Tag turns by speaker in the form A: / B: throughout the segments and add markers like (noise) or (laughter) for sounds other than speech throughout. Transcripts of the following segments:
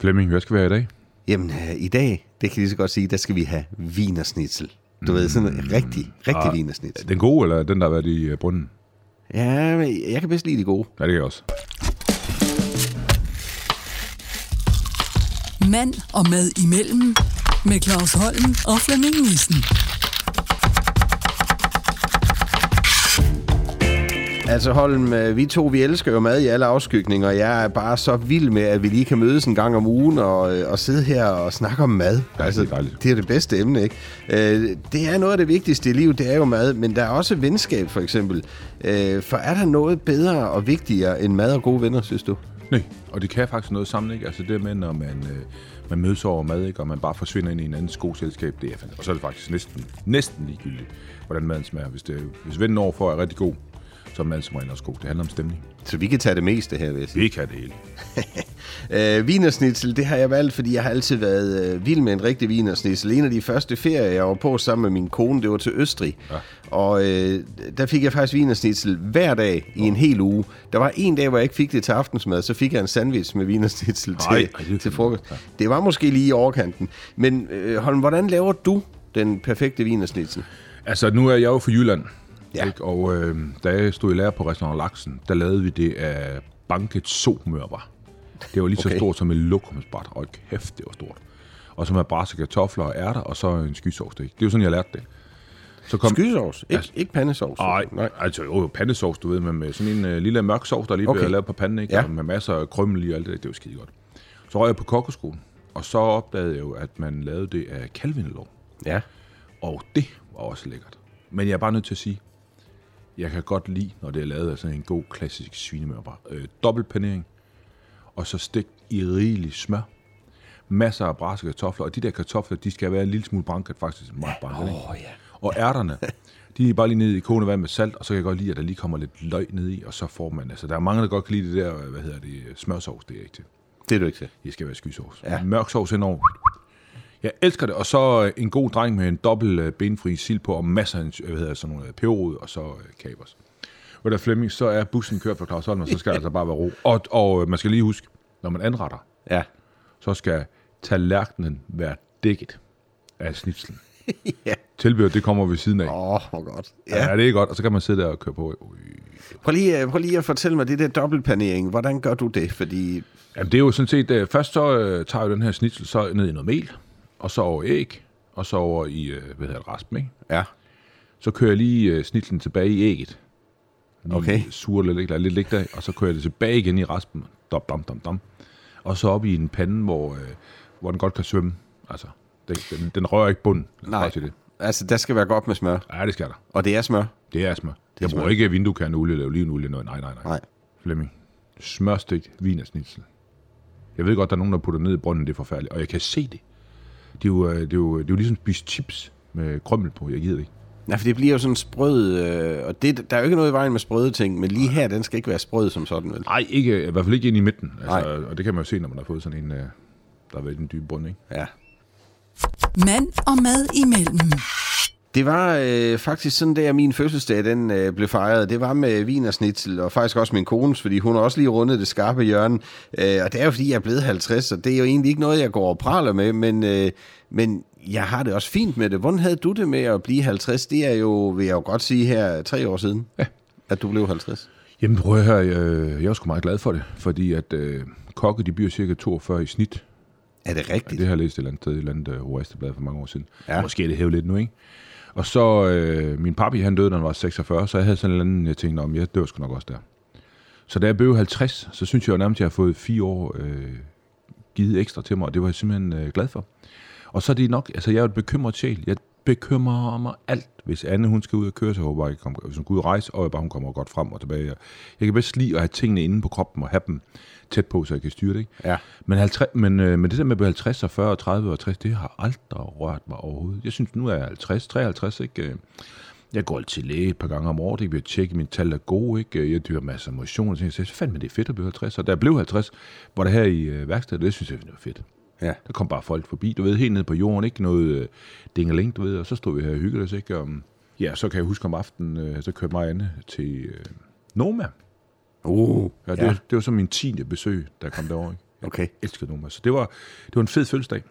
A: Flemming, hvad skal vi have i dag?
B: Jamen, øh, i dag, det kan jeg lige så godt sige, der skal vi have vinersnitzel. Du mm. ved, sådan en rigtig, rigtig
A: Ah.
B: ah. vinersnitzel.
A: Den gode, eller den, der har været i øh, brunden?
B: Ja, men jeg kan bedst lide det gode.
A: Ja, det kan jeg også.
C: Mand og mad imellem med Claus Holm og Flemming Nissen.
B: Altså Holm, øh, vi to, vi elsker jo mad i alle afskygninger. Jeg er bare så vild med, at vi lige kan mødes en gang om ugen og, øh, og sidde her og snakke om mad. Altså,
A: er dejligt.
B: det er det bedste emne, ikke? Øh, det er noget af det vigtigste i livet, det er jo mad, men der er også venskab, for eksempel. Øh, for er der noget bedre og vigtigere end mad og gode venner, synes du?
A: Nej, og det kan faktisk noget sammen, ikke? Altså det med, når man, øh, man mødes over mad, ikke? Og man bare forsvinder ind i en andens gode selskab, det er fantastisk. Og så er det faktisk næsten, næsten ligegyldigt, hvordan maden smager. Hvis, det, hvis vennen overfor er rigtig god, så er maden som regel også god. Det handler om stemning.
B: Så vi kan tage det meste her, vil jeg sige.
A: Det kan det hele.
B: Øh, vinersnitzel, det har jeg valgt, fordi jeg har altid været øh, vild med en rigtig vinersnitzel. En af de første ferier, jeg var på sammen med min kone, det var til Østrig. Ja. Og øh, der fik jeg faktisk vinersnitzel hver dag i en hel uge. Der var en dag, hvor jeg ikke fik det til aftensmad, så fik jeg en sandwich med vinersnitzel
A: Ej, ej,
B: til,
A: det er
B: til
A: fint.
B: frokost.
A: Ja.
B: Det var måske lige i overkanten. Men øh, Holm, hvordan laver du den perfekte vinersnitzel?
A: Altså, nu er jeg jo fra Jylland,
B: Ja.
A: ja. ikke? og øh, da jeg stod i lære på restaurant Laksen, der lavede vi det af banket somørbar. Det var lige så
B: Okay.
A: okay. stort som et lokumsbræt, og kæft, det var stort. Og så med brase kartofler og ærter, og så en skysovs. Det er jo sådan, jeg lærte det. Så kom,
B: Skysovs, ikke,
A: Altså-
B: ikke pandesovs.
A: Nej, nej, altså jo, pandesovs, du ved, men med sådan en øh, lille mørk sovs, der lige
B: Okay.
A: okay. bliver lavet på panden, ikke?
B: Ja.
A: Ja. Og med masser af krymmel i og alt det der, det var skide godt. Så røg jeg på kokkeskolen, og så opdagede jeg jo, at man lavede det af kalvindelov.
B: Ja.
A: Og det var også lækkert. Men jeg er bare nødt til at sige, jeg kan godt lide, når det er lavet af sådan en god klassisk svinemørbar. Øh, dobbelt panering, og så stegt i rigelig smør. Masser af brasse kartofler, og de der kartofler, de skal være en lille smule branket, faktisk meget branket. Åh, oh, ja. Og ærterne, de er bare lige nede i kogende vand med salt, og så kan jeg godt lide, at der lige kommer lidt løg ned i, og så får man, altså der er mange, der godt kan lide det der, øh, hvad hedder det, smørsovs, det er jeg ikke til.
B: Det er du ikke til.
A: Det skal være skysovs.
B: Ja.
A: Ja. Mørk sovs henover. Jeg elsker det. Og så øh, en god dreng med en dobbelt øh, benfri sild på, og masser af øh, hvad hedder, sådan nogle øh, peberrod, og så øh, kapers. Og der Flemming, så er bussen kørt fra Claus Holm, og så skal der altså bare være ro. Og, og øh, man skal lige huske, når man anretter,
B: Ja.
A: så skal tallerkenen være dækket af snitslen. (laughs) ja. Tilbehøret, det kommer ved siden af.
B: Åh, oh, hvor godt.
A: Ja. ja, det er godt. Og så kan man sidde der og køre på. Øh,
B: Prøv lige, prøv lige at fortælle mig det der dobbeltpanering. Hvordan gør du det? Fordi
A: Jamen, det er jo sådan set, øh, først så øh, tager jeg den her snitsel så ned i noget mel, og så over æg, og så over i, øh, hvad hedder det, raspen, ikke?
B: ja,
A: Så kører jeg lige øh, snitslen tilbage i ægget. Lige
B: Okay.
A: Suger lidt, lader lidt ligge der, og så kører jeg det tilbage igen i raspen. Dom, dom, dom, dom. Og så op i en pande, hvor, øh, hvor den godt kan svømme. Altså, den, den, den rører ikke bunden. Lad os bare
B: nej.
A: sige Det.
B: Altså, der skal være godt med smør.
A: Ja, det skal der.
B: Og det er smør.
A: Det er smør. jeg
B: smør.
A: bruger ikke vinduekærneolie eller olivenolie. Nej, nej, nej.
B: Nej.
A: Flemming. Smørstegt vinersnitzel. Jeg ved godt, der er nogen, der putter det ned i brønden, det er forfærdeligt. Og jeg kan se det. Det er jo, øh, det er jo, det er jo ligesom at spise chips med krømmel på. Jeg gider det ikke.
B: Nej, for det bliver jo sådan sprød, øh, og det, der er jo ikke noget i vejen med sprøde ting, men lige her, den skal ikke være sprød som sådan, vel?
A: Nej, ikke, i hvert fald ikke ind i midten.
B: Nej.
A: Altså, og det kan man jo se, når man har fået sådan en, øh, der har været i den dybe bund. Ikke?
B: Ja.
C: Mand og mad imellem.
B: Det var øh, faktisk sådan der, min fødselsdag den øh, blev fejret. Det var med vin og snitsel, og faktisk også min kones, fordi hun har også lige rundet det skarpe hjørne. Øh, og det er jo fordi, jeg er blevet 50, og det er jo egentlig ikke noget, jeg går og praler med, men, øh, men jeg har det også fint med det. Hvordan havde du det med at blive 50? Det er jo, vil jeg jo godt sige her, tre år siden, ja. at du blev 50.
A: Jamen prøv at høre, øh, jeg er sgu meget glad for det, fordi at øh, kokke, de bliver cirka 42 i snit.
B: Er det
A: Ja,
B: rigtigt?
A: det har jeg læst et eller andet sted, et eller andet uh, Oasteblad for mange år siden.
B: Ja.
A: Ja. Måske er det hævet lidt nu, ikke? Og så, øh, min papi, han døde, da han var 46, så jeg havde sådan en eller anden, jeg tænkte, om jeg dør sgu nok også der. Så da jeg blev 50, så synes jeg jo nærmest, at jeg har fået fire år øh, givet ekstra til mig, og det var jeg simpelthen øh, glad for. Og så er det nok, altså jeg er jo et bekymret sjæl. Jeg bekymrer mig alt. Hvis Anne, hun skal ud og køre, så håber jeg, ikke, hun kommer- hvis hun skal ud og rejse, og jeg bare, hun kommer godt frem og tilbage. Jeg kan bedst lide at have tingene inde på kroppen og have dem tæt på, så jeg kan styre det. Ikke?
B: Ja.
A: Men, 50, men, øh, men det der med at blive 50 og 40 og 30 og 60, det har aldrig rørt mig overhovedet. Jeg synes, nu er jeg 50, 53, ikke? Øh, Jeg går altid til læge et par gange om året, ikke? Vi tjekke, at mine tal er gode, ikke? Jeg dyrer masser af motion, og tænker, så fandme, det er fedt at blive 50. Og da jeg blev 50, var det her i øh, værkstedet, det synes jeg, det var fedt.
B: Ja.
A: Der kom bare folk forbi, du ved, helt ned på jorden, ikke noget øh, dingeling, du ved, og så stod vi her og hyggede os, ikke? Og, mm, ja, så kan jeg huske om aftenen, øh, så kørte mig og Anne til øh, Noma.
B: Uh,
A: Ja, det, ja. Var, det var så min tiende besøg, der kom derover, ikke?
B: Okay.
A: elskede nummer. Så det var, det var en fed fødselsdag.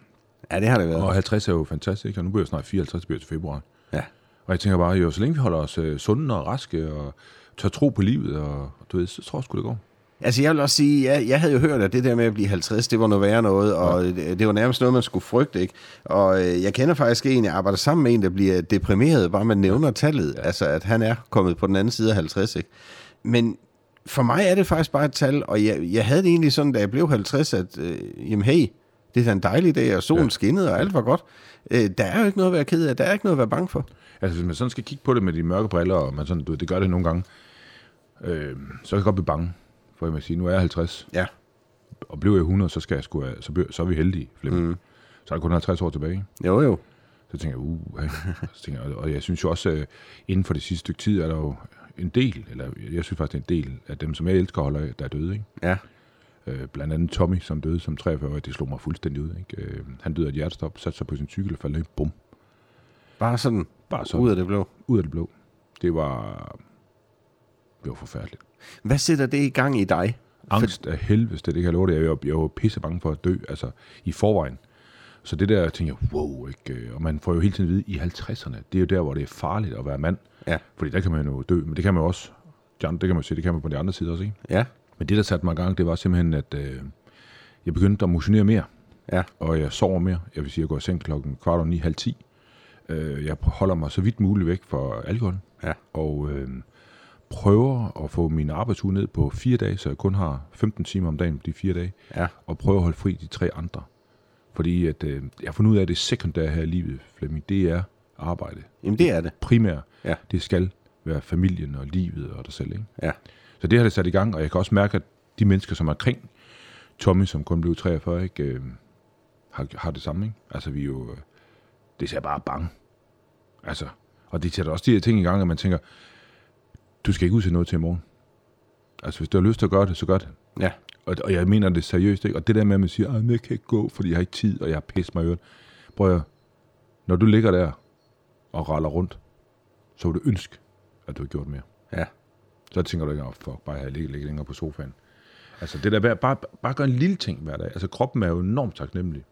B: Ja, det har det været.
A: Og 50 er jo fantastisk, og nu bliver jeg snart 54, bliver jeg til februar.
B: Ja.
A: Og jeg tænker bare, jo, så længe vi holder os øh, sunde og raske og tør tro på livet, og du ved, så tror jeg sgu, det går.
B: Altså, jeg vil også sige, jeg, jeg havde jo hørt, at det der med at blive 50, det var noget værre noget, og det, det var nærmest noget, man skulle frygte, ikke? Og øh, jeg kender faktisk en, jeg arbejder sammen med en, der bliver deprimeret, bare man nævner tallet, ja. altså at han er kommet på den anden side af 50, ikke? Men for mig er det faktisk bare et tal, og jeg, jeg havde det egentlig sådan, da jeg blev 50, at øh, jamen hey, det er da en dejlig dag, og solen ja. skinnede, og alt var godt. Øh, der er jo ikke noget at være ked af, der er ikke noget at være bange for.
A: Altså, hvis man sådan skal kigge på det med de mørke briller, og man sådan, du ved, det gør det nogle gange, øh, så kan jeg godt blive bange. For jeg må sige, nu er jeg 50,
B: Ja,
A: og bliver jeg 100, så, skal jeg sgu, øh, så, bliver, så er vi heldige, Flemming. Mm. Så er der kun 50 år tilbage.
B: jo jo.
A: Så tænker jeg, uh, (laughs) så tænker jeg, og jeg synes jo også, øh, inden for det sidste stykke tid, er der jo en del, eller jeg synes faktisk, det er en del af dem, som jeg elsker og holder af, der er døde, ikke?
B: Ja,
A: Øh, blandt andet Tommy, som døde som 43-årig, det slog mig fuldstændig ud, ikke? Øh, han døde af et hjertestop, satte sig på sin cykel og faldt ned, bum,
B: bare sådan,
A: Bare sådan.
B: ud af det blå.
A: ud af det blå. Det var, det var forfærdeligt.
B: Hvad sætter det i gang i dig?
A: Angst af helvede, det kan jeg love dig. Jeg var, jeg var pisse bange for at dø, altså i forvejen. Så det der, tænker jeg, wow, ikke? Øh, Og man får jo hele tiden at vide, i 50'erne, det er jo der, hvor det er farligt at være mand.
B: Ja.
A: Fordi der kan man jo dø, men det kan man jo også. De andre, det kan man jo se, det kan man på de andre sider også, ikke?
B: Ja,
A: Men det, der satte mig i gang, det var simpelthen, at øh, jeg begyndte at motionere mere,
B: ja,
A: og jeg sover mere. Jeg vil sige, jeg går i seng klokken kvart over ni, halv ti. Øh, jeg holder mig så vidt muligt væk fra alkohol
B: ja.
A: og øh, prøver at få min arbejdsuge ned på fire dage, så jeg kun har 15 timer om dagen på de fire dage,
B: Ja.
A: og prøver at holde fri de tre andre. Fordi at, øh, jeg har fundet ud af, at det sekundære her i livet, Flemming, det er arbejde.
B: Jamen, det er det.
A: Primært,
B: Ja.
A: det skal være familien og livet og dig selv. Ikke?
B: Ja.
A: Så det har det sat i gang, og jeg kan også mærke, at de mennesker, som er omkring Tommy, som kun blev 43, ikke, øh, har, har det samme. Ikke? Altså, vi er jo... Øh, det ser bare bange. Altså, og det sætter også de her ting i gang, at man tænker, du skal ikke udsætte noget til i morgen. Altså, hvis du har lyst til at gøre det, så gør det.
B: Ja.
A: Og, og jeg mener det seriøst, ikke? Og det der med, at man siger, "Ej, men jeg kan ikke gå, fordi jeg har ikke tid, og jeg har pisset mig i øret. Prøv at, høre. når du ligger der og raller rundt, så vil du ønske, at du havde gjort mere.
B: Ja.
A: Så tænker du ikke, oh, fuck, bare jeg ligger ligge længere på sofaen. Altså det der, bare, bare, bare gør en lille ting hver dag. Altså kroppen er jo enormt taknemmelig.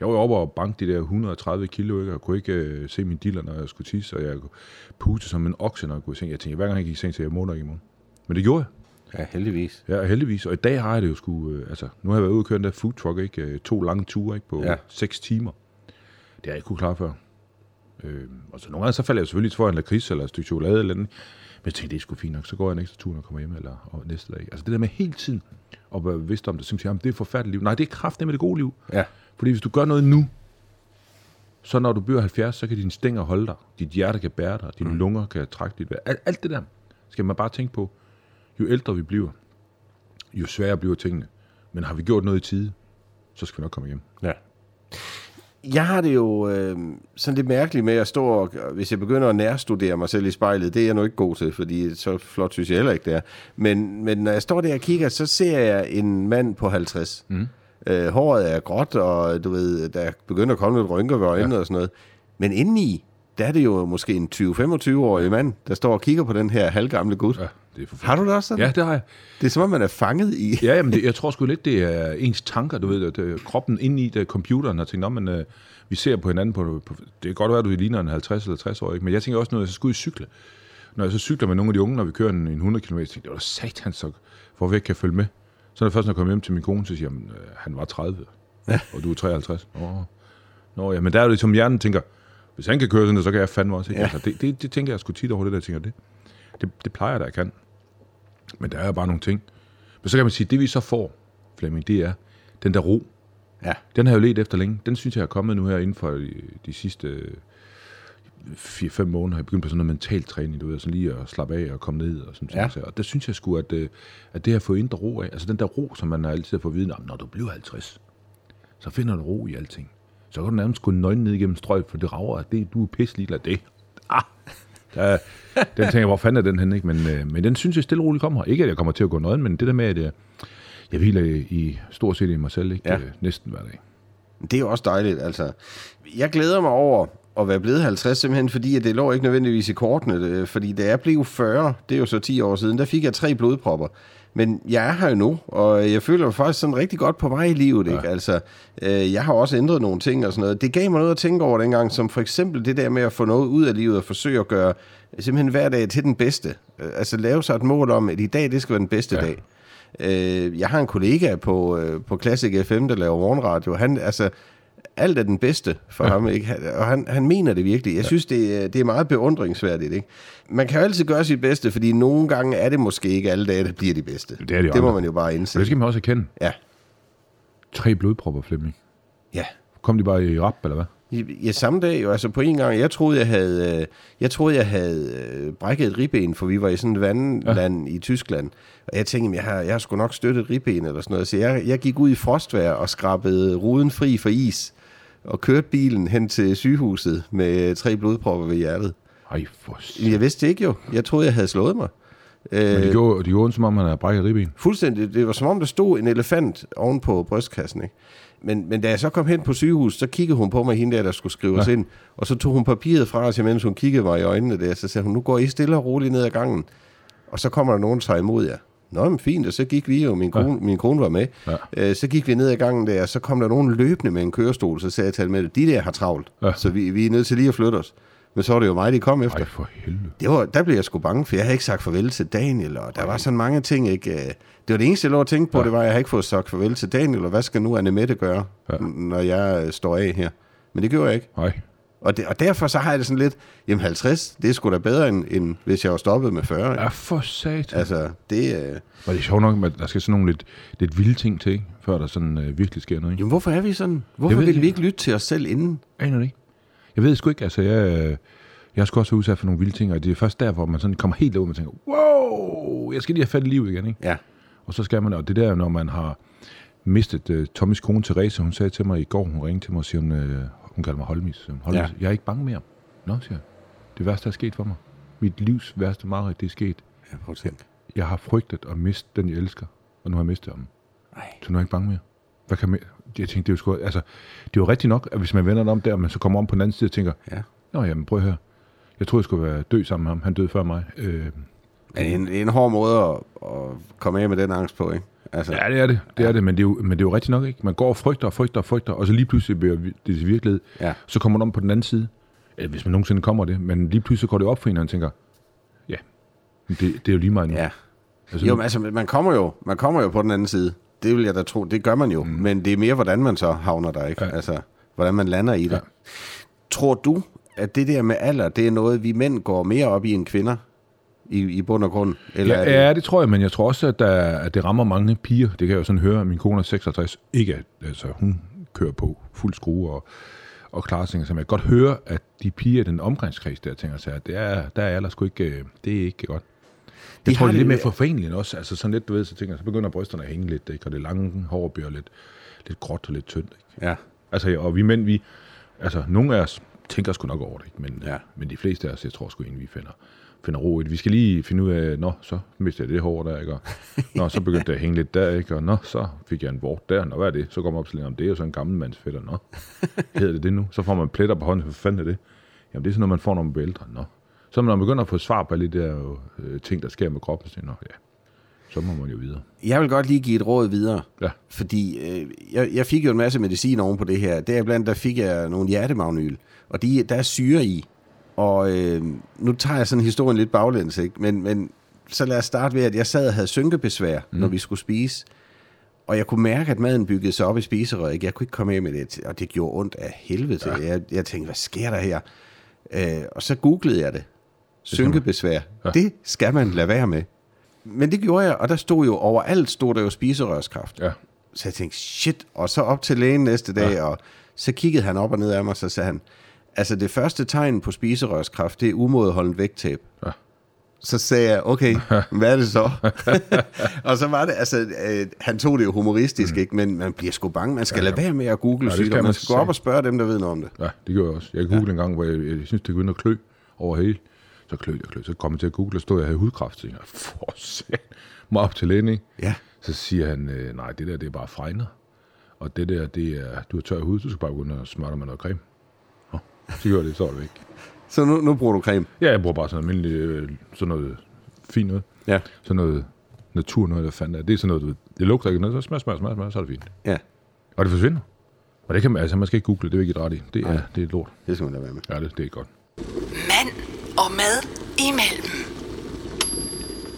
A: Jeg var jo oppe og banke de der 130 kilo, ikke? og kunne ikke øh, se min diller, når jeg skulle tisse, og jeg kunne puste som en okse, når jeg kunne se. Jeg tænkte, hver gang jeg gik i seng, så jeg må nok ikke i morgen. Men det gjorde jeg.
B: Ja, heldigvis.
A: Ja, og heldigvis. Og i dag har jeg det jo sgu... Øh, altså, nu har jeg været ude og køre den der food truck, ikke? Øh, To lange ture, ikke? På
B: Ja.
A: ja. 6 timer. Det har jeg ikke kunne klare før. Øh, og så nogle gange, så falder jeg selvfølgelig for en lakrids eller et stykke chokolade eller andet. Men jeg tænkte, det er sgu fint nok. Så går jeg en ekstra tur, når jeg kommer hjem, eller og næste dag. Altså det der med hele tiden at være bevidst om det, som siger, "Jamen, det er et forfærdeligt liv. Nej, det er kraften med det gode liv.
B: Ja.
A: Fordi hvis du gør noget nu, så når du bliver 70, så kan dine stænger holde dig. Dit hjerte kan bære dig. Dine mm. lunger kan trække dit vejr. Alt, alt det der skal man bare tænke på. Jo ældre vi bliver, jo sværere bliver tingene. Men har vi gjort noget i tide, så skal vi nok komme hjem.
B: Ja. Jeg har det jo øh, sådan lidt mærkeligt med at stå og, hvis jeg begynder at nærstudere mig selv i spejlet, det er jeg nu ikke god til, fordi så flot synes jeg heller ikke, det er. Men, men når jeg står der og kigger, så ser jeg en mand på 50. Mm. Øh, håret er gråt, og du ved, der begynder at komme lidt rynker ved øjnene ja. og sådan noget. Men indeni, der er det jo måske en 20-25-årig mand, der står og kigger på den her halvgamle gut. Ja.
A: Ja, det er forfærdeligt.
B: Har du det også sådan?
A: Ja, det har jeg.
B: Det er som om, man er fanget i...
A: Ja, jamen, det, jeg tror sgu lidt, det er ens tanker, du ved, at øh, kroppen inde i det, computeren har tænkt, "Nå, men øh, vi ser på hinanden på, på, det kan godt være, at du ligner en 50 eller 60 år, ikke? men jeg tænker også, når jeg så skal ud og cykle, når jeg så cykler med nogle af de unge, når vi kører en, en 100 km, så tænker jeg, det var da satan, så, hvor vi ikke kan følge med. Så er det først, når jeg kommer hjem til min kone, så siger jeg, "Jamen, øh, han var 30, ja. og du er 53. Nå, Nå ja, men der er det som hjernen tænker, hvis han kan køre sådan, der, så kan jeg fandme også. Ikke?
B: Ja.
A: Ja. Altså, det, det, det, tænker jeg sgu tit over det der, jeg tænker det. Det, det plejer jeg da, jeg kan. Men der er jo bare nogle ting. Men så kan man sige, at det vi så får, Flemming, det er den der ro.
B: Ja.
A: Den har jeg jo let efter længe. Den synes jeg er kommet nu her inden for de, de sidste øh, 4-5 måneder. har Jeg begyndt på sådan noget mental træning, du ved, sådan lige at slappe af og komme ned og sådan
B: Ja.
A: ja. Og der synes jeg sgu, at, øh, at det har fået indre ro af. Altså den der ro, som man altid har fået at vide, "Nå, men når du bliver 50, så finder du ro i alting. Så kan du nærmest gå nøgen ned igennem strøget, for det rager, at det, du er pisse ligeglad af det. Ah,
B: (laughs)
A: der, den tænker jeg, hvor fanden er den henne, ikke? Men, øh, men den synes jeg stille og roligt kommer. Ikke, at jeg kommer til at gå nøgen, men det der med, at jeg, jeg hviler i, i stort set i mig selv, ikke?
B: Ja.
A: Øh, Næsten hver dag.
B: Det er jo også dejligt, altså. Jeg glæder mig over, at være blevet 50, simpelthen fordi, at det lå ikke nødvendigvis i kortene. øh, Fordi da jeg blev 40, det er jo så 10 år siden, der fik jeg tre blodpropper. Men jeg er her jo nu, og jeg føler mig faktisk sådan rigtig godt på vej i livet. Ikke? Altså, øh, jeg har også ændret nogle ting og sådan noget. Det gav mig noget at tænke over dengang, som for eksempel det der med at få noget ud af livet og forsøge at gøre simpelthen hver dag til den bedste. Øh, altså lave sig et mål om, at i dag, det skal være den bedste ja. dag. Øh, jeg har en kollega på, øh, på Classic FM, der laver morgenradio. Han, altså, alt er den bedste for ham, ikke? Han- og han, han mener det virkelig. Jeg synes, det, er- det er meget beundringsværdigt. Ikke? Man kan jo altid gøre sit bedste, fordi nogle gange er det måske ikke alle dage, der bliver de bedste.
A: Det er de
B: det må
A: andre.
B: man jo bare indse.
A: Men det skal man også erkende.
B: Ja.
A: Tre blodpropper, Flemming.
B: ja.
A: Kom de bare i rap, eller hvad?
B: Ja, samme dag jo, altså på en gang. Jeg troede, jeg havde, øh, jeg troede, jeg havde øh, brækket et ribben, for vi var i sådan et vandland ja. i Tyskland. Og jeg tænkte, jamen, jeg har, jeg har sgu nok støttet et ribben eller sådan noget. Så jeg, jeg gik ud i frostvejr og skrabede ruden fri for is og kørte bilen hen til sygehuset med tre blodpropper ved hjertet.
A: Ej, for s-
B: Jeg vidste det ikke jo. Jeg troede, jeg havde slået mig.
A: Men
B: Øh,
A: de gjorde, de gjorde ondt, som om han havde brækket et ribben.
B: Fuldstændig. Det var som om, der stod en elefant oven på brystkassen, ikke? Men, men da jeg så kom hen på sygehuset, så kiggede hun på mig, hende der, der skulle skrive os ind, og så tog hun papiret fra os, mens hun kiggede mig i øjnene der, så sagde hun, nu går I stille og roligt ned ad gangen, og så kommer der nogen, der tager imod jer. Nå, men fint, og så gik vi jo, min kone, ja. min kone var med, ja. øh, så gik vi ned ad gangen der, og så kom der nogen løbende med en kørestol, så sagde jeg til med, de der har travlt, ja.
A: Ja.
B: så vi, vi er nødt til lige at flytte os. Men så var det jo mig, de kom efter
A: Ej, for helvede.
B: det var, der blev jeg sgu bange, for jeg havde ikke sagt farvel til Daniel, og der var sådan mange ting, ikke? øh, Det var det eneste, jeg lå at tænke på, ja. det var, at jeg har ikke fået sagt farvel til Daniel, og hvad skal nu Anne Mette gøre, ja. når jeg øh, står af her? Men det gjorde jeg ikke.
A: Nej.
B: Og, det, og derfor så har jeg det sådan lidt, jamen 50, det er sgu da bedre, end, end hvis jeg var stoppet med 40.
A: Ja,
B: Ja.
A: for satan.
B: Altså, det... Øh...
A: Og det er sjovt nok, at der skal sådan nogle lidt, lidt vilde ting til, ikke? før der sådan øh, virkelig sker noget. Ikke?
B: Jamen, hvorfor er vi sådan? Hvorfor
A: Jeg ved
B: vil
A: det
B: vi ikke lytte til os selv inden?
A: Jeg aner det ikke. Jeg ved sgu ikke, altså jeg, øh, jeg er sgu også udsat for nogle vilde ting, og det er først der, hvor man sådan kommer helt derud, og man tænker, wow, jeg skal lige have fat i livet igen, ikke?
B: Ja.
A: Og så skal man, og det der, når man har mistet øh, Tommys kone Therese, hun sagde til mig i går, hun ringede til mig og siger, hun, øh, hun kalder mig Holmis. siger hun, Holmis,
B: Ja.
A: ja. jeg er ikke bange mere. Nå, siger jeg. Det værste er sket for mig. Mit livs værste mareridt, det er sket.
B: Ja, prøv at tænke.
A: Jeg har frygtet at miste den, jeg elsker, og nu har jeg mistet ham.
B: Ej.
A: Så nu er jeg ikke bange mere. Hvad kan man, jeg tænkte, det er jo sgu, altså, det er jo rigtigt nok, at hvis man vender det om der, men så kommer om på den anden side og tænker,
B: Ja.
A: Nå, jamen prøv her. Jeg troede, jeg skulle være død sammen med ham. Han døde før mig. Øh,
B: Men det er en, det er en hård måde at, at komme af med den angst på, ikke? Altså,
A: ja, det er det. Det er det, men det er, jo, men det er jo rigtigt nok, ikke? Man går og frygter og frygter og frygter, og så lige pludselig bliver vi- det til virkelighed.
B: Ja.
A: Så kommer man om på den anden side. Eller hvis man nogensinde kommer det. Men lige pludselig går det op for en, og man tænker, ja, det, det er jo lige mig nu.
B: ja.
A: Altså,
B: Jo, men altså, man kommer jo, man kommer jo på den anden side. Det vil jeg da tro, det gør man jo. Mm. Men det er mere, hvordan man så havner der, ikke? Ja.
A: Ja.
B: Altså, hvordan man lander i det. Ja. Tror du, at det der med alder, det er noget, vi mænd går mere op i end kvinder? I, i bund og grund? Eller er det-
A: Ja, ja, det tror jeg, men jeg tror også, at, der, at det rammer mange piger. Det kan jeg jo sådan høre, at min kone er 66. Ikke, at altså, hun kører på fuld skrue og, og klarer sig, som jeg godt hører, at de piger i den omgangskreds, der tænker sig, at det er, der er ellers sgu ikke, øh, det er ikke godt. Jeg
B: De
A: de tror,
B: har
A: det er
B: det
A: lidt mere
B: med-
A: forfængeligt også. Altså sådan lidt, du ved, så tænker jeg, så begynder brysterne at hænge lidt, ikke? og det lange hår bliver lidt, lidt gråt og lidt tyndt. Ikke?
B: ja.
A: Altså, og vi mænd, vi, altså, nogle af os tænker sgu nok over det, ikke? Men,
B: Ja.
A: ja. men de fleste af os, jeg tror sgu egentlig, vi finder, finder ro i det. Vi skal lige finde ud af, nå, så mistede jeg det hår der, ikke? Og, nå, så begyndte det at hænge lidt der, ikke? Og nå, så fik jeg en vort der, nå, hvad er det? Så går man op til lægen, om det er jo sådan en gammel mands fætter, nå. Hedder det det nu? Så får man pletter på hånden, hvad fanden er det? Jamen, det er sådan noget, man får, når man bliver ældre, nå. Så når man begynder at få svar på alle de der øh, ting, der sker med kroppen, så, tænker jeg, nå, ja, så må man jo videre.
B: Jeg vil godt lige give et råd videre.
A: Ja.
B: Fordi øh, jeg, jeg fik jo en masse medicin oven på det her. Deriblandt der fik jeg nogle hjertemagnyl, og de, der er syre i. Og øh, nu tager jeg sådan historien lidt baglæns, ikke? Men, men så lad os starte ved, at jeg sad og havde synkebesvær, mm. når vi skulle spise. Og jeg kunne mærke, at maden byggede sig op i spiserøret. ikke? Jeg kunne ikke komme af med det, og det gjorde ondt af helvede. til. Jeg, jeg tænkte, hvad sker der her? Øh, og så googlede jeg det. Synkebesvær.
A: Ja.
B: Det skal man lade være med. Men det gjorde jeg, og der stod jo overalt, stod der jo spiserørskræft.
A: Ja.
B: Så jeg tænkte, shit, og så op til lægen næste dag, ja. og så kiggede han op og ned af mig, og så sagde han, altså det første tegn på spiserørskræft, det er umådeholdent vægttab.
A: Ja.
B: Så sagde jeg, okay, hvad er det så? (laughs) og så var det, altså, øh, han tog det jo humoristisk, mm. ikke? men man bliver sgu bange. Man skal ja, lade være med at google
A: Ja,
B: ja,
A: det skal
B: sygdomme. Man
A: man
B: skal gå op
A: sige.
B: og spørge dem, der ved noget om det.
A: Ja, det gjorde jeg også. Jeg googlede ja. en gang, hvor jeg, jeg synes, det begyndte at klø over hele. Så klø jeg klø. Så kom jeg til at google, og stod, at jeg havde hudkræft. Så tænkte jeg, for sat, mig op til lægen, ikke?
B: Ja.
A: Så siger han, øh, nej, det der, det er bare fregner. Og det der, det er, du har tør hud, du skal bare begynde at smøre dig med noget creme. Nå, Så gjorde det, så var det væk.
B: Så nu, nu bruger du creme.
A: Ja, jeg bruger bare sådan almindelig, øh, sådan noget fint noget.
B: Ja.
A: Sådan noget natur noget, der fandt Det er sådan noget, du ved, det lugter ikke noget, så smør, smør, smør, smør, så er det fint.
B: Ja,
A: Og det forsvinder. Og det kan man, altså man skal ikke google, det det er ikke ret i. Det er, det er lort.
B: det skal man da være med.
A: Ja, det, det er godt.
C: Mand og mad imellem.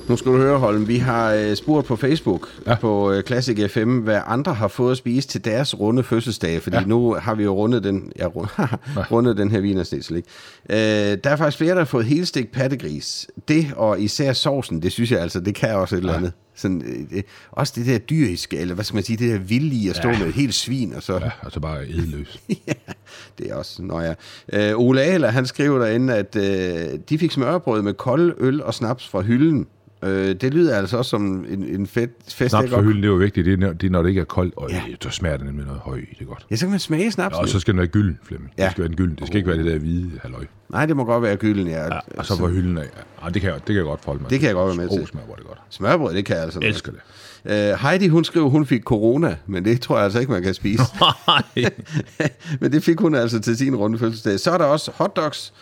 B: Nu skal du høre, Holm, vi har øh, spurgt på Facebook, ja.
A: Ja.
B: på øh, Classic FM, hvad andre har fået at spise til deres runde fødselsdag, fordi ja.
A: Ja.
B: nu har vi jo rundet den, ja, rundet, (laughs) rundet den her vinersnitzel, ikke? Øh, der er faktisk flere, der har fået helstegt pattegris. Det og især sovsen, det synes jeg altså, det kan også et eller andet. Sådan, øh, det, også det der dyriske, eller hvad skal man sige, det der vilde i at stå ja. med et helt svin, og så... Ja.
A: Ja, altså bare edeløs.
B: Ja, det er også, når jeg... Øh, Ole Ahler, han skriver derinde, at øh, de fik smørbrød med kold øl og snaps fra hylden. Øh, det lyder altså også som en, en fed, fest. jeg
A: Snaps for
B: godt-
A: hylden, det er jo vigtigt. Det er, når- det er, når det ikke er koldt, og
B: Ja.
A: ja. så smager det nemlig noget høj, det er godt.
B: Ja, så kan man smage snaps.
A: Og så skal den være gylden, Flemming.
B: Ja.
A: Det skal være den gylden. Det skal ikke være det der hvide halløj.
B: Nej, det må godt være gylden, ja. ja
A: Ja, og så var hylden af. Ja, det kan, jeg, det kan jeg godt forholde mig
B: Det kan jeg godt være med til.
A: Sprog smager, hvor er det godt.
B: Smørbrød, det kan jeg altså.
A: Jeg elsker det.
B: Øh, Heidi, hun skriver, hun fik corona, men det tror jeg altså ikke, man kan spise. (laughs) men det fik hun altså til sin runde fødselsdag. Så er der også hotdogs,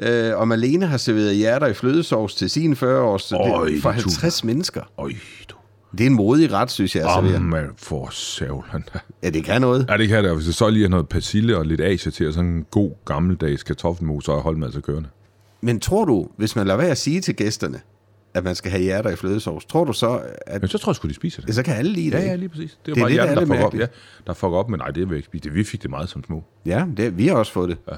B: ja. øh, og Malene har serveret hjerter i flødesovs til sin 40-års,
A: Øj,
B: det- for
A: du.
B: 50 mennesker.
A: (laughs) Øj, du.
B: Det er en modig ret, synes jeg. Altså,
A: Om
B: um.
A: man får savlen.
B: Ja, det kan noget.
A: Ja, det kan jeg da. Hvis jeg så lige har noget persille og lidt asia til, og sådan en god gammeldags kartoffelmos, så holder man altså kørende.
B: Men tror du, hvis man lader være at sige til gæsterne, at man skal have hjerter i flødesovs, tror du så, at
A: Men så tror jeg sgu, de spiser det.
B: ja, så kan alle lide det?
A: Ja, ja,
B: ikke?
A: lige præcis. Det
B: Det er
A: er bare
B: det, der
A: hjernen,
B: er
A: der,
B: lidt
A: fucker op. Ja,
B: mærkeligt.
A: der fucker op, men nej, det vil jeg ikke spise. Det- Vi fik det meget som små.
B: ja det, vi har også fået det.
A: Ja.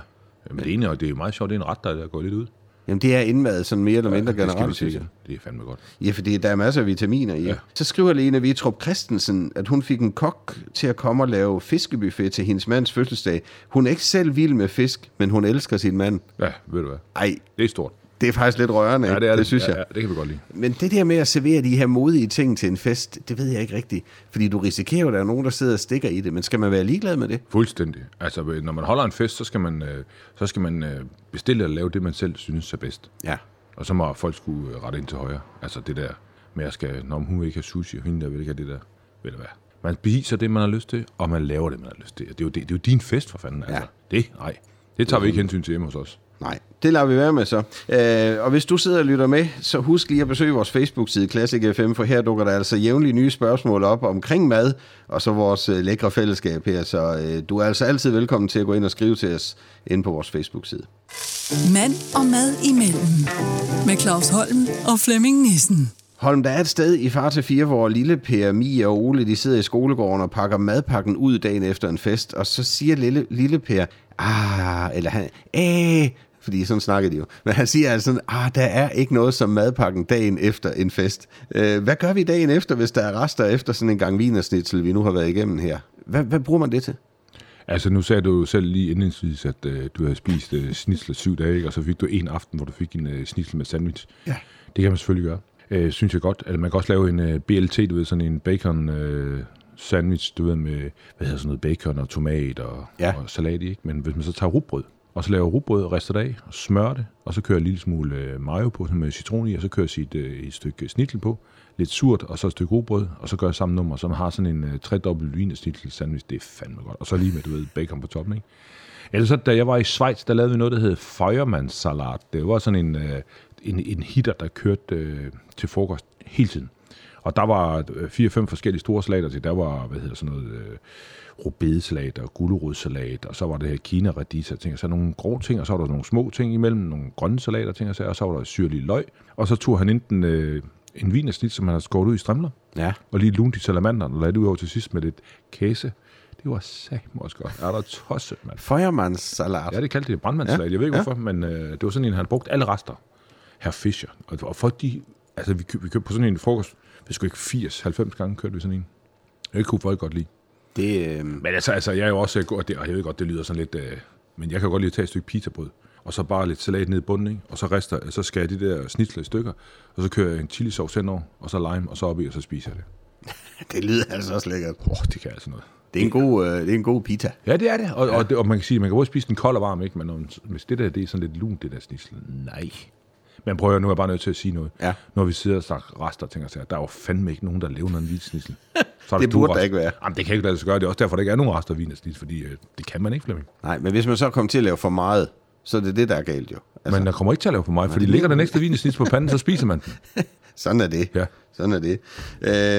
A: Jamen, det, ene, og det er jo meget sjovt, det er en ret, der, der går lidt ud.
B: Jamen, det er indmad, sådan mere eller mindre
A: Det skal
B: generelt.
A: vi sige.
B: synes jeg.
A: Det er fandme godt.
B: Ja, fordi der er masser af vitaminer i. Ja.
A: Ja.
B: Så skriver Lene Vitrup Christensen, at hun fik en kok til at komme og lave fiskebuffet til hendes mands fødselsdag. Hun er ikke selv vild med fisk, men hun elsker sin mand.
A: Ja, ved du hvad.
B: Ej,
A: Det er stort.
B: det er faktisk lidt rørende,
A: Ja, det er det.
B: det synes
A: ja,
B: jeg.
A: Ja, det kan vi godt lide.
B: Men det der med at servere de her modige ting til en fest, det ved jeg ikke rigtigt. Fordi du risikerer jo, at der er nogen, der sidder og stikker i det. Men skal man være ligeglad med det?
A: Fuldstændig. Altså, når man holder en fest, så skal man, øh, så skal man øh, bestille og lave det, man selv synes er bedst.
B: Ja.
A: Og så må folk skulle øh, rette ind til højre. Altså det der med, at skal, når hun vil ikke have sushi, og hende der vil ikke have det der. Ved du hvad? Man beviser det, man har lyst til, og man laver det, man har lyst til. Det er jo, det, det er jo din fest, for fanden. Altså. Det? Nej. Det tager vi ikke hensyn til hjemme hos os.
B: Nej, det lader vi være med så. Øh, og hvis du sidder og lytter med, så husk lige at besøge vores Facebook-side Classic FM, for her dukker der altså jævnligt nye spørgsmål op omkring mad, og så vores øh, lækre fællesskab her. Så øh, du er altså altid velkommen til at gå ind og skrive til os inde på vores Facebook-side.
C: Mand og mad imellem. Med Claus Holm og Flemming Nissen.
B: Holm, der er et sted i Far til 4, hvor lille Per, Mia og Ole, de sidder i skolegården og pakker madpakken ud dagen efter en fest, og så siger lille, lille Per, ah, eller han, æh, fordi sådan snakker de jo. Men han siger altså sådan, ah, der er ikke noget som madpakken dagen efter en fest. Øh, hvad gør vi dagen efter, hvis der er rester efter sådan en gang vinersnitzel, vi nu har været igennem her? Hvad, hvad bruger man det til?
A: Altså nu sagde du jo selv lige indledningsvis, at øh, du havde spist øh, snitsler syv dage, ikke? og så fik du en aften, hvor du fik en øh, snitsel med sandwich.
B: Ja.
A: Det kan man selvfølgelig gøre. Øh, synes jeg godt. Eller man kan også lave en øh, BLT, du ved, sådan en bacon øh, sandwich, du ved, med, hvad hedder sådan noget, bacon og tomat og,
B: Ja.
A: og salat i, ikke? Men hvis man så tager rugbrød, og så laver rugbrød og rister det af, og smører det, og så kører en lille smule øh, mayo på sådan med citron i, og så kører sit øh, et stykke snittel på, lidt surt, og så et stykke rugbrød, og så gør jeg samme nummer, så man har sådan en øh, tredobbelt vinesnittel sandwich, det er fandme godt. Og så lige med, du ved, bacon på toppen, ikke? Ellers så, da jeg var i Schweiz, der lavede vi noget, der hed Feuermannssalat. Det var sådan en, øh, en, en hitter, der kørte øh, til frokost hele tiden. Og der var øh, fire-fem forskellige store salater til. Der var, hvad hedder sådan noget, øh, rubedesalat og gulerodsalat, og så var det her kina radis og ting, og så nogle grove ting, og så var der nogle små ting imellem, nogle grønne salater og ting, og så, og så var der syrlig løg. Og så tog han enten øh, en vinersnit, som han havde skåret ud i strimler,
B: Ja.
A: og lige lunt i salamanderen, og lagde det ud over til sidst med lidt kæse. Det var satme også godt. Er der tosset, mand.
B: Feuermandssalat.
A: Ja, det kaldte det brandmandssalat.
B: Ja,
A: Ja, jeg ved ikke
B: ja.
A: ja. hvorfor, men øh, det var sådan en, han brugte alle rester. Herr Fischer. Og, og folk, de, altså vi, køb, vi købte på sådan en i frokost, hvis sgu ikke 80-90 gange kørte vi sådan en. Det kunne folk godt lide.
B: Det, øh,
A: Men altså, altså jeg er jo også god, og det- og jeg ved godt, det lyder sådan lidt, øh, men jeg kan godt lide at tage et stykke pizzabrød, og så bare lidt salat ned i bunden, ikke? og så rester, øh, så skærer jeg de der snitsler i stykker, og så kører jeg en chili sauce henover, og så lime, og så op i, og så spiser jeg det.
B: det lyder altså også lækkert.
A: Åh, oh, det kan altså noget.
B: Det er en god, øh, det er en god pita.
A: Ja, det er det. Og, ja. og, det, og man kan sige, man kan både spise den kold og varm, ikke? Men om, hvis det der, det er sådan lidt lun, det der snitsel. Nej. Men prøv at høre, nu er jeg bare nødt til at sige noget.
B: Ja. (laughs)
A: Når vi sidder og snakker rester og tænker sig, der er jo fandme ikke nogen, der lever noget en hvid snitsel. Så er
B: Det
A: stuerester.
B: burde der ikke være.
A: Jamen, det kan ikke lade sig gøre. Det er også derfor, der ikke er nogen rester af vin og snit, fordi øh, det kan man ikke, Flemming.
B: Nej, men hvis man så kommer til at lave for meget, så er det det, der er galt jo. Altså,
A: Altså, Men der kommer ikke til at lave for mig, fordi ligger der næste vin i snit på panden, så spiser man den.
B: (laughs) sådan er det.
A: Ja.
B: Sådan er det.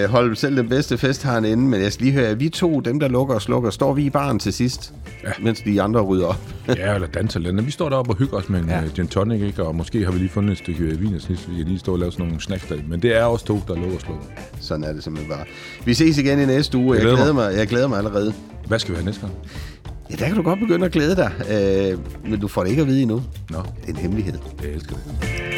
B: Øh, hold selv den bedste fest har en ende, men jeg skal lige høre, er vi to, dem der lukker og slukker, står vi i baren til sidst, ja. mens de andre rydder op?
A: Ja, eller danser lidt. Vi står deroppe og hygger os med en ja. gin tonic, ikke? og måske har vi lige fundet et stykke øh, vin og snit, så vi kan lige stå og lave sådan nogle snacks der. Men det er også to, der lukker og slukker.
B: Sådan er det simpelthen bare. Vi ses igen i næste uge. Jeg
A: glæder
B: glæder mig, jeg glæder mig allerede.
A: Hvad skal vi have næste gang?
B: Ja, der kan du godt begynde at glæde dig, øh, men du får det ikke at vide endnu.
A: Nå,
B: Det er en hemmelighed.
A: jeg elsker det.